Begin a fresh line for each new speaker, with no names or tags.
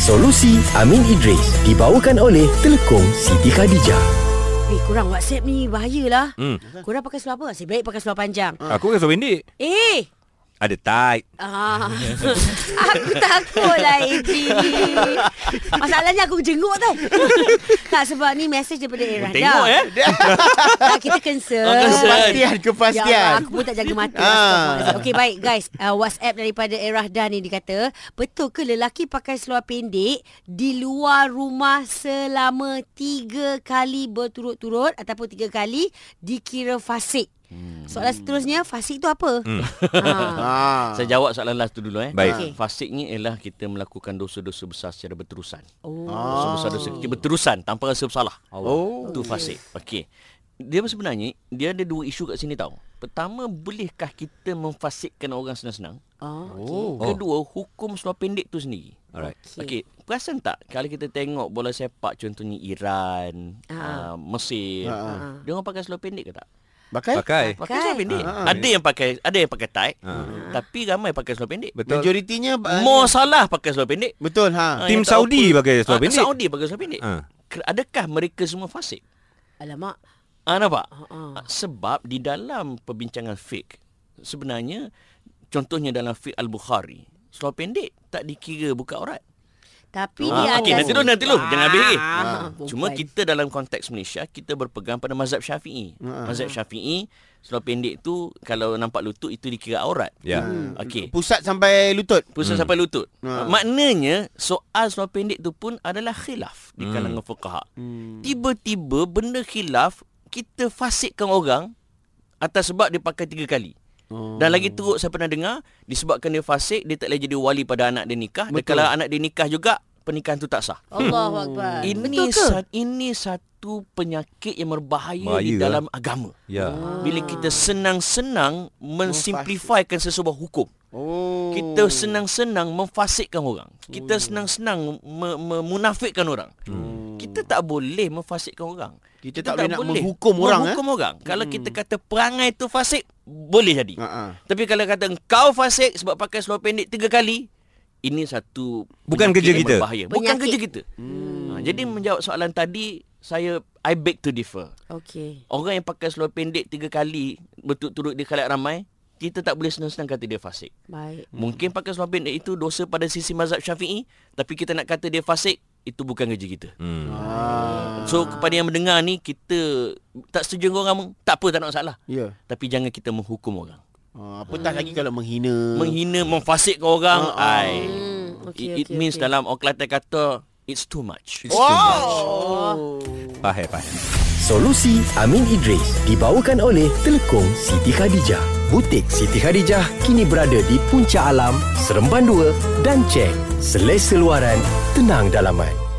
Solusi Amin Idris dibawakan oleh Telekom Siti Khadijah.
Eh, korang WhatsApp ni bahayalah.
Hmm.
Korang pakai seluar apa? Asyik baik pakai seluar panjang.
Aku kan pendek.
Eh!
Ada tight.
Ah, aku takutlah Eji Masalahnya aku jenguk tau Tak sebab ni Mesej daripada Era
Tengok eh.
tak, Kita concern
Oh, concern.
Kepastian,
Ya
kepastian.
Allah, aku pun tak jaga mata. Ah. Okey, baik guys. Uh, WhatsApp daripada Erahda ni dikata, betul ke lelaki pakai seluar pendek di luar rumah selama tiga kali berturut-turut ataupun tiga kali dikira fasik?
Hmm.
Soalan seterusnya, fasik tu apa? Hmm. Ha.
Ah.
Saya jawab soalan last tu dulu eh.
Baik.
Okey.
Fasik ni ialah kita melakukan dosa-dosa besar secara berterusan.
Oh.
Dosa besar dosa kecil berterusan tanpa rasa bersalah.
Oh.
Itu fasik. Okey. Dia sebenarnya dia ada dua isu kat sini tau. Pertama, bolehkah kita memfasikkan orang senang-senang?
Oh.
Oh. Kedua, hukum seluar pendek tu sendiri.
Alright.
Okey, perasan tak kalau kita tengok bola sepak contohnya Iran,
Ah.
uh, Mesir,
Ah.
dia orang pakai seluar pendek ke tak?
Pakai?
Eh.
Pakai.
Pakai seluar pendek. Ada yang pakai ada yang pakai tight, tapi ramai pakai seluar pendek.
Betul.
Majoritinya ah,
Mo Salah pakai seluar pendek. Ah,
Betul ha.
Ah, Tim
yang tak
Saudi pakai seluar
Ah,
pendek.
Saudi pakai seluar pendek.
Ha.
Ke- Adakah mereka semua fasik?
Alamak.
Ah nampak?
ah.
Ah, Sebab di dalam perbincangan fiqh sebenarnya contohnya dalam fiqh Al-Bukhari, seluar pendek tak dikira buka aurat.
Tapi
Ah,
dia Ah,
okey, nanti dulu, nanti dulu. Jangan habis lagi. Ah,
bukan.
Cuma kita dalam konteks Malaysia Kita berpegang pada mazhab syafi'i
Ah,
Mazhab syafi'i Seluar pendek tu Kalau nampak lutut Itu dikira aurat Hmm,
Ya.
Hmm.
Okey
Pusat sampai lutut.
Pusat sampai lutut
Ah.
Maknanya Soal seluar pendek tu pun Adalah khilaf
Hmm.
Di kalangan fuqaha
Hmm.
Tiba-tiba Benda khilaf Kita fasikkan orang Atas sebab dia pakai tiga kali
Oh.
dan lagi teruk saya pernah dengar Disebabkan dia fasik Dia tak boleh jadi wali pada anak dia nikah Dan kalau anak dia nikah juga Pernikahan tu tak sah
Allahu akbar. Betul
ini
ke?
sa- ini satu penyakit yang berbahaya
Bahaya,
di
eh?
dalam agama.
Ya.
Bila kita
Oh,
senang-senang mensimplifikan sesebuah hukum.
Oh.
Kita senang-senang memfasikkan orang. Kita
Hmm.
senang-senang me- me- memunafikkan orang. Kita tak boleh memfasikkan orang.
Kita tak boleh nak menghukum orang, eh?
Menghukum orang. Kalau kita kata perangai tu fasik, boleh jadi.
Ha.
Tapi kalau kata engkau fasik sebab pakai seluar pendek tiga kali, ini satu
Bukan
penyakit
kerja
yang
kita.
Berbahaya. Bukan
Penyakit.
kerja kita. Hmm. Ha, jadi menjawab soalan tadi, saya I beg to differ.
Okey.
Orang yang pakai seluar pendek tiga kali berturut-turut di khalayak ramai, kita tak boleh senang-senang kata dia fasik.
Baik.
Mungkin pakai seluar pendek itu dosa pada sisi mazhab Syafi'i, tapi kita nak kata dia fasik, itu bukan kerja kita.
Hmm.
Ah.
So kepada yang mendengar ni, kita tak setuju dengan orang, tak apa tak nak masalah.
Ya.
Tapi jangan kita menghukum orang.
Ah, apatah lagi kalau menghina.
Hmm.
menghina memfasikkan orang
Ah, ah.
ai
okey,
it, it
Hmm, okey,
means
okey.
dalam orang Kelantan kata it's too much
Oh.
Faham, faham.
Solusi Amin Idris dibawakan oleh Telekom Siti Khadijah. Butik Siti Khadijah kini berada di Puncak Alam, Seremban 2 dan Cheng. Selesa luaran, tenang dalaman.